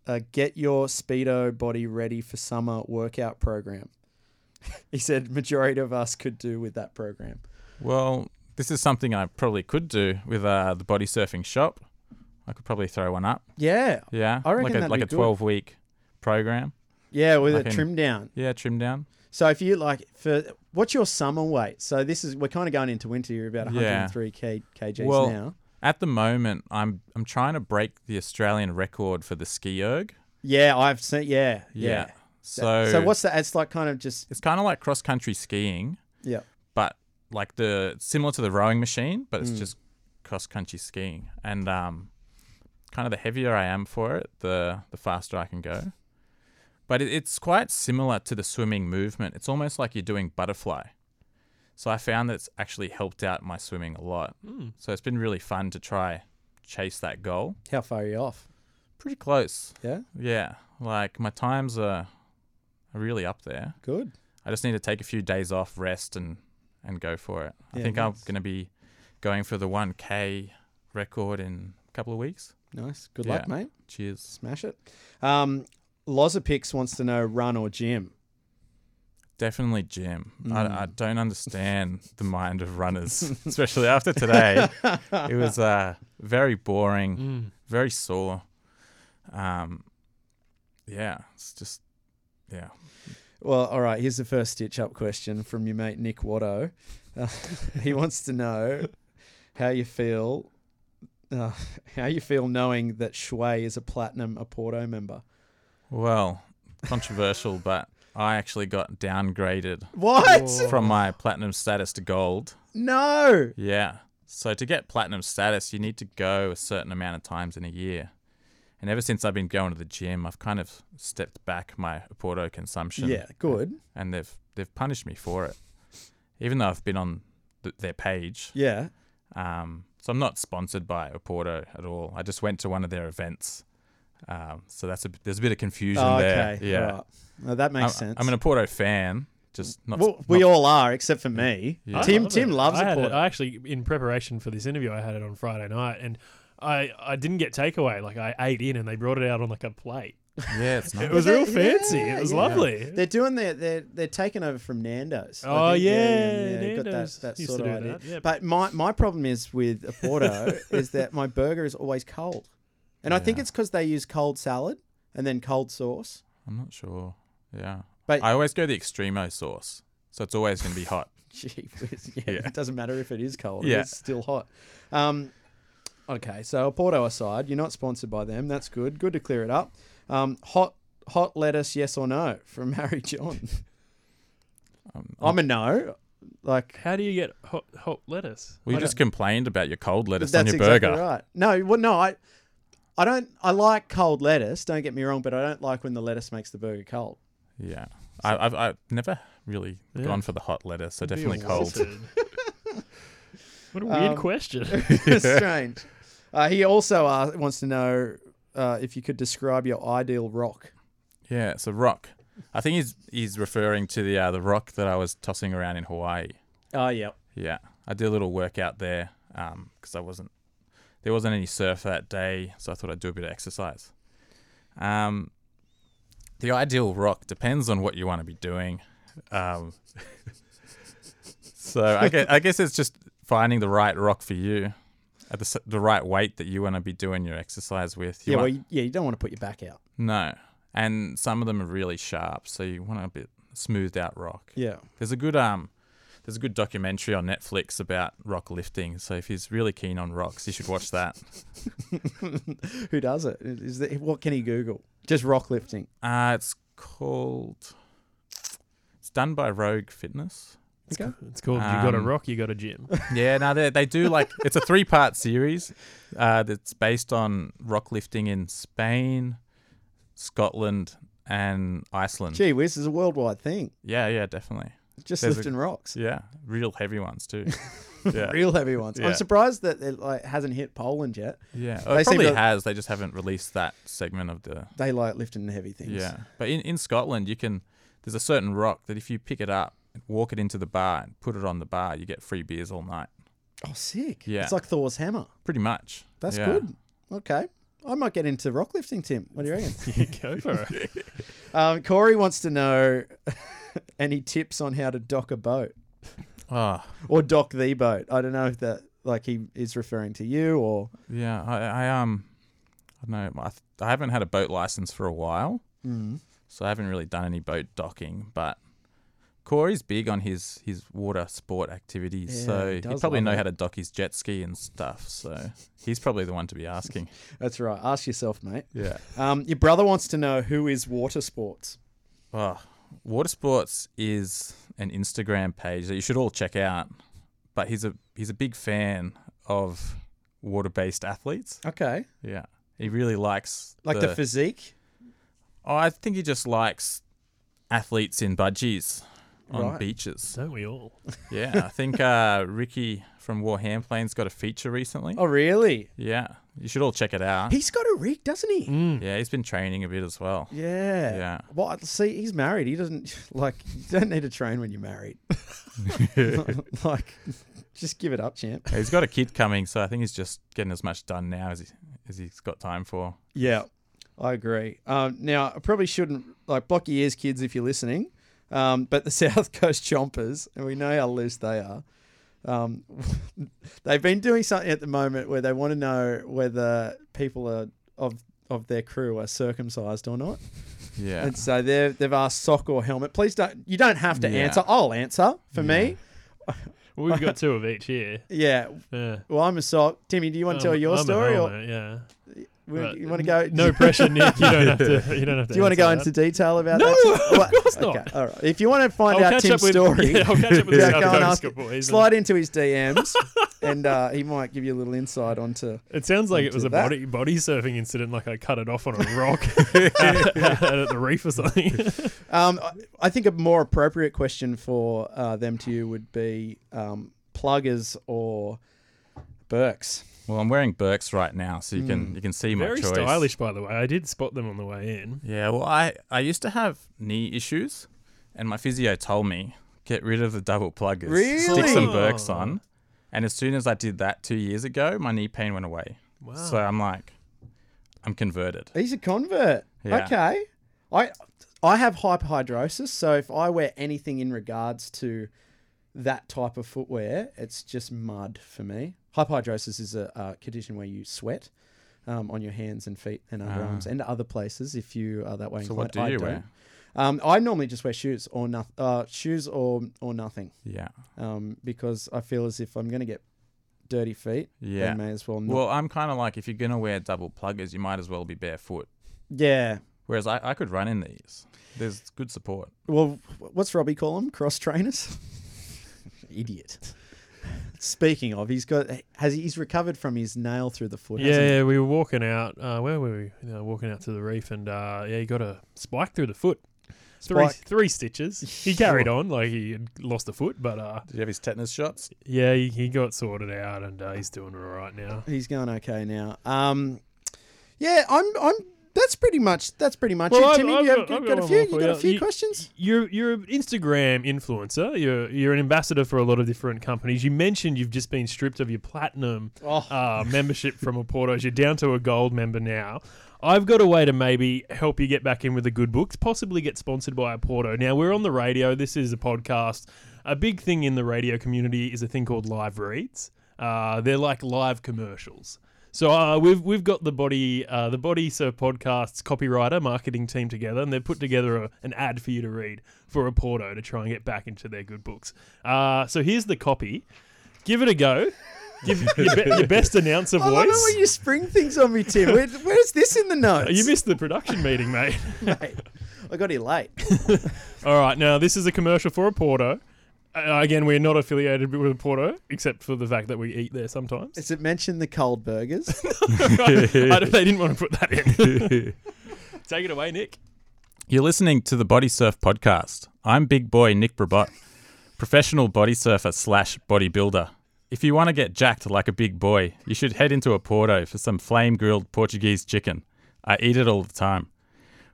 S2: a get your speedo body ready for summer workout program? he said majority of us could do with that program.
S3: Well, this is something I probably could do with uh, the body surfing shop. I could probably throw one up.
S2: Yeah.
S3: Yeah,
S2: I reckon
S3: like a
S2: that'd
S3: like
S2: be
S3: a
S2: good.
S3: twelve week program.
S2: Yeah, with
S3: I
S2: a
S3: can-
S2: trim down.
S3: Yeah, trim down.
S2: So if you like for what's your summer weight? So this is we're kind of going into winter. You're about
S3: Yeah.
S2: 103 k kgs
S3: Well,
S2: now.
S3: At the moment, I'm I'm trying to break the Australian record for the ski erg.
S2: Yeah, I've seen yeah, yeah.
S3: So
S2: so what's that? It's like kind of just
S3: It's kind of like cross country skiing,
S2: yeah.
S3: but like the similar to the rowing machine, but it's
S2: Mm.
S3: just cross country skiing. And um, kind of the heavier I am for it, the the faster I can go. But it, it's quite similar to the swimming movement. It's almost like you're doing butterfly. So I found that's actually helped out my swimming a lot.
S1: Mm.
S3: So it's been really fun to try chase that goal.
S2: How far are you off?
S3: Pretty close.
S2: Yeah,
S3: Yeah. Like my times are are really up there.
S2: good.
S3: I just need to take a few days off, rest, and and go for it. I
S2: Yeah,
S3: think I'm
S2: nice.
S3: going to be going for the 1K record in a couple of weeks.
S2: Nice. Good luck,
S3: Yeah.
S2: mate.
S3: Cheers.
S2: Smash it. Um, Lozapix wants to know run or gym.
S3: Definitely Jim. I, I
S2: Mm.
S3: don't understand the mind of runners, especially after today. It was uh, very boring,
S1: Mm.
S3: very sore. Um, yeah, it's just yeah.
S2: Well, all right. Here's the first stitch up question from your mate Nick Watto. Uh, he wants to know how you feel, uh, how you feel knowing that Shui is a platinum Oporto member.
S3: Well, controversial, but I actually got downgraded
S2: What?
S1: Hmm.
S3: from my platinum status to gold.
S2: No.
S3: Yeah. So to get platinum status, you need to go a certain amount of times in a year. And ever since I've been going to the gym, I've kind of stepped back my Porto consumption.
S2: Yeah. Good.
S3: And they've they've punished me for it, even though I've been on th- their page.
S2: Yeah.
S3: Um, so I'm not sponsored by Porto at all. I just went to one of their events. Um, so that's a there's a bit of confusion
S2: Oh,
S3: there.
S2: okay.
S3: Yeah.
S2: All right. Well, that makes
S3: I'm,
S2: sense.
S3: I'm an Porto fan, just not.
S2: well, we
S3: not-
S2: all are, except for me.
S3: Yeah. I
S2: Tim
S1: love
S2: Tim
S1: it.
S2: loves
S1: I had it.
S2: Oporto.
S1: I actually, in preparation for this interview, I had it on Friday night, and I I didn't get takeaway. Like I ate in, and they brought it out on like a plate.
S3: yeah, it's
S1: It
S3: not.
S1: was
S2: that-
S1: real fancy.
S2: yeah,
S1: it was
S2: yeah.
S1: lovely.
S2: They're doing their they're they're taking over from Nando's. I
S1: Oh,
S2: think.
S1: yeah,
S2: You've got
S1: Nando's
S2: that, that
S1: used
S2: sort
S1: to
S2: of
S1: do
S2: idea.
S1: that, yep.
S2: But my my problem is with a Porto is that my burger is always cold, and I think
S3: Yeah.
S2: it's because they use cold salad and then cold sauce.
S3: I'm not sure. Yeah.
S2: But-
S3: I always go the extremo sauce. So it's always going to be hot.
S2: Gee, whiz, yeah,
S3: Yeah.
S2: it doesn't matter if it is cold.
S3: Yeah.
S2: It's still hot. Um, okay, so Porto aside, you're not sponsored by them. That's good. Good to clear it up. Um, hot hot lettuce, yes or no, from Harry John.
S3: Um,
S2: I'm a no. Like
S1: How do you get hot, hot lettuce?
S3: well, you
S2: I
S3: just complained about your cold lettuce on
S2: uh, that's
S3: your
S2: exactly
S3: burger.
S2: right. No, well, no, I, I don't. I like cold lettuce. Don't get me wrong, but I don't like when the lettuce makes the burger cold.
S3: Yeah. I, I've, I've never really
S1: Yeah.
S3: gone for the hot lettuce. So definitely
S1: Beer
S3: cold.
S1: wilted. what a weird
S2: Um,
S1: question.
S2: Strange. Uh, he also uh, wants to know uh, if you could describe your ideal rock.
S3: Yeah. It's a rock. I think he's he's referring to the uh, the rock that I was tossing around in Hawaii.
S2: Oh yeah.
S3: Yeah. I did a little workout there because I wasn't there wasn't any surf that day, so I thought I'd do a bit of exercise. Um, the ideal rock depends on what you want to be doing. Um, so I guess, I guess it's just finding the right rock for you at the, s- the right weight that you want to be doing your exercise with. You
S2: yeah,
S3: want-
S2: well, you, yeah, you don't want to put your back out.
S3: no. And some of them are really sharp, so you want a bit smoothed out rock.
S2: Yeah.
S3: There's a good um there's a good documentary on Netflix about rock lifting. So if he's really keen on rocks, you should watch that.
S2: Who does it? Is that, what can he Google? Just rock lifting.
S3: Uh it's called It's done by Rogue Fitness.
S1: It's, ca- it's called You Got a
S3: Um,
S1: Rock, You Got a Gym.
S3: Yeah, no, they they do like it's a three part series uh, that's based on rock lifting in Spain, Scotland, and Iceland.
S2: Gee whiz, this is a worldwide thing.
S3: Yeah, yeah, definitely.
S2: Just
S3: There's a-
S2: lifting rocks.
S3: Yeah, real heavy ones too. Yeah,
S2: Real heavy ones.
S3: Yeah.
S2: I'm surprised that it like hasn't hit Poland yet.
S3: yeah.
S2: They seem
S3: it probably
S2: to-
S3: has. They just haven't released that segment of the
S2: They like lifting heavy things.
S3: Yeah, but in, in Scotland, you can. There's a certain rock that if you pick it up, and walk it into the bar, and put it on the bar, you get free beers all night.
S2: Oh, sick.
S3: Yeah.
S2: It's like Thor's hammer.
S3: Pretty much.
S2: That's
S3: Yeah.
S2: good. Okay. I might get into rock lifting, Tim. What do you reckon?
S1: Go for it.
S2: um, Corey wants to know any tips on how to dock a boat
S3: Oh,
S2: or dock the boat. I don't know if that like he is referring to you or
S3: yeah. I, I um, I don't know. I, th- I haven't had a boat license for a while,
S2: Mm.
S3: so I haven't really done any boat docking. But Corey's big on his his water sport activities,
S2: Yeah,
S3: so
S2: he
S3: he
S2: does
S3: probably
S2: love
S3: know
S2: it.
S3: how to dock his jet ski and stuff. So he's probably the one to be asking.
S2: that's right. Ask yourself, mate.
S3: yeah.
S2: Um, your brother wants to know who is water sports.
S3: Oh, Water Sports is an Instagram page that you should all check out. But he's a he's a big fan of water based athletes.
S2: Okay.
S3: Yeah, he really likes
S2: Like the, physique.
S3: oh, I think he just likes athletes in budgies on
S2: Right.
S3: beaches.
S1: Don't we all?
S3: Yeah, I think uh, Ricky from Warham Plane's got a feature recently.
S2: Oh really?
S3: Yeah, you should all check it out.
S2: He's got a rig, doesn't
S3: Mm.
S2: he?
S3: yeah, he's been training a bit as well.
S2: Yeah.
S3: Yeah.
S2: Well, see, he's married. He doesn't like. You don't need to train when you're married. like, just give it up, champ.
S3: He's got a kid coming, so I think he's just getting as much done now as he as he's got time for.
S2: Yeah, I agree. Um, now, I probably shouldn't like block your ears, kids, if you're listening. Um, but the South Coast Chompers, and we know how loose they are. Um, they've been doing something at the moment where they want to know whether people are of of their crew are circumcised or not.
S3: Yeah.
S2: And so they've they've asked sock or helmet. Please don't. You don't have to
S3: Yeah.
S2: answer. I'll answer for me.
S1: Well, we've got two of each here.
S2: Yeah.
S1: Yeah.
S2: Well, I'm a sock. Timmy, do you want to tell
S1: Oh, I'm-
S2: your
S1: I'm a
S2: story, or
S1: helmet, yeah.
S2: we-
S1: But
S2: you want to go?
S1: No pressure, Nick. You don't have to. You don't have to.
S2: Do you want to go
S1: answer
S2: into detail about
S1: No,
S2: that?
S1: of
S2: What-
S1: course not.
S2: Okay, all right. If you want to find
S1: I'll
S2: out
S1: catch
S2: Tim's
S1: up with-
S2: story,
S1: yeah, I'll catch up with the
S2: yeah,
S1: South
S2: go and
S1: Coast
S2: ask-
S1: couple, isn't it?
S2: slide into his DMs, and uh, he might give you a little insight onto.
S1: that. It sounds like it was
S2: into
S1: a
S2: that.
S1: body body surfing incident. Like I cut it off on a rock at the reef or something.
S2: Um, I- I think a more appropriate question for uh, them to you would be um, pluggers or Burks.
S3: Well, I'm wearing Burks right now, so you can you can see my
S1: Hmm. Very
S3: choice.
S1: stylish, by the way. I did spot them on the way in.
S3: Yeah. Well, I I used to have knee issues, and my physio told me get rid of the double pluggers. Stick
S2: Really?
S3: some
S1: Oh.
S3: Burks on, and as soon as I did that two years ago, my knee pain went away.
S1: Wow.
S3: So I'm like, I'm converted.
S2: He's a convert.
S3: Yeah.
S2: Okay. I I have hyperhidrosis, so if I wear anything in regards to that type of footwear, it's just mud for me. Hyperhidrosis is a, uh condition where you sweat um, on your hands and feet and underarms and other places if you are that way
S3: Ah. So
S2: inclined.
S3: what do
S2: I
S3: you
S2: don't.
S3: wear?
S2: Um, I normally just wear shoes or nothing. Uh, shoes or or nothing,
S3: Yeah.
S2: um, because I feel as if I'm going to get dirty feet. then
S3: Yeah.
S2: may as well. Not.
S3: Well, I'm kind of like if you're gonna wear double pluggers, you might as well be barefoot.
S2: yeah.
S3: Whereas I, I could run in these. There's good support.
S2: Well, what's Robbie call them? Cross trainers. Idiot. Speaking of, he's got has he- he's recovered from his nail through the foot.
S1: Yeah, yeah, we were walking out. Uh, where were we? You know, walking out to the reef, and uh, yeah, he got a spike through the foot. Three,
S2: Spike.
S1: three stitches. He carried on like he had lost a foot, but uh,
S3: Did you have his tetanus shots?
S1: yeah, he, he got sorted out, and uh, he's doing all right now.
S2: he's going okay now. Um, yeah, I'm I'm. That's pretty much that's pretty much
S1: Well,
S2: it.
S1: I've-
S2: Timmy,
S1: I've
S2: you have
S1: got-
S2: got,
S1: I've
S2: a
S1: got
S2: few.
S1: one
S2: You
S1: for
S2: got a
S1: you.
S2: few
S1: You-
S2: questions.
S1: You're you're an Instagram influencer. You're you're an ambassador for a lot of different companies. You mentioned you've just been stripped of your platinum
S2: Oh.
S1: uh, membership from Oporto's. You're down to a gold member now. I've got a way to maybe help you get back in with the good books, possibly get sponsored by Oporto. Now we're on the radio. This is a podcast. a big thing in the radio community is a thing called live reads. Uh, they're like live commercials. So uh, we've we've got the body uh, the body so podcasts copywriter marketing team together, and they've put together a, an ad for you to read for a Porto to try and get back into their good books. Uh, so here's the copy. Give it a go. Give your, be- your best announcer
S2: I love it
S1: voice.
S2: when you spring things on me, Tim. Where, where's this in the notes?
S1: You missed the production meeting, mate.
S2: mate. I got here late.
S1: All right, now this is a commercial for a Porto. Uh, again, we're not affiliated with a Porto, except for the fact that we eat there sometimes.
S2: Does it mention the cold burgers?
S1: I, they didn't want to put that in. Take it away, Nick.
S3: You're listening to the Body Surf podcast. I'm big boy Nick Brabot, professional body surfer slash bodybuilder. If you want to get jacked like a big boy, you should head into a Porto for some flame grilled Portuguese chicken. I eat it all the time.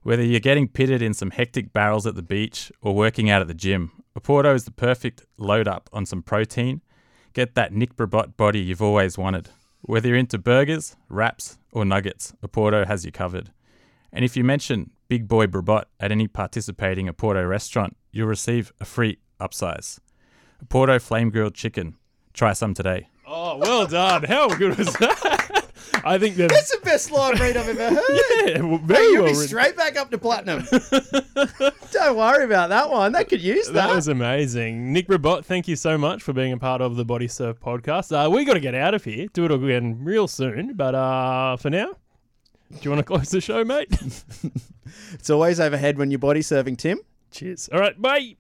S3: Whether you're getting pitted in some hectic barrels at the beach or working out at the gym, a Porto is the perfect load up on some protein. Get that Nick Brabot body you've always wanted. Whether you're into burgers, wraps, or nuggets, a Porto has you covered. And if you mention Big Boy Brabot at any participating Porto restaurant, you'll receive a free upsize. Porto flame grilled chicken. Try some today.
S1: Oh, well done. How good was that? I think they've
S2: That's the best live read I've ever heard.
S1: yeah, well, very
S2: You'll
S1: well
S2: be
S1: written.
S2: straight back up to platinum. Don't worry about that one. They could use that.
S1: That was amazing. Nick Rabot, thank you so much for being a part of the Body Surf podcast. Uh, we got to get out of here. Do it again real soon. But uh, for now, do you want to close the show, mate?
S2: it's always overhead when you're body serving, Tim.
S1: Cheers. All right, bye.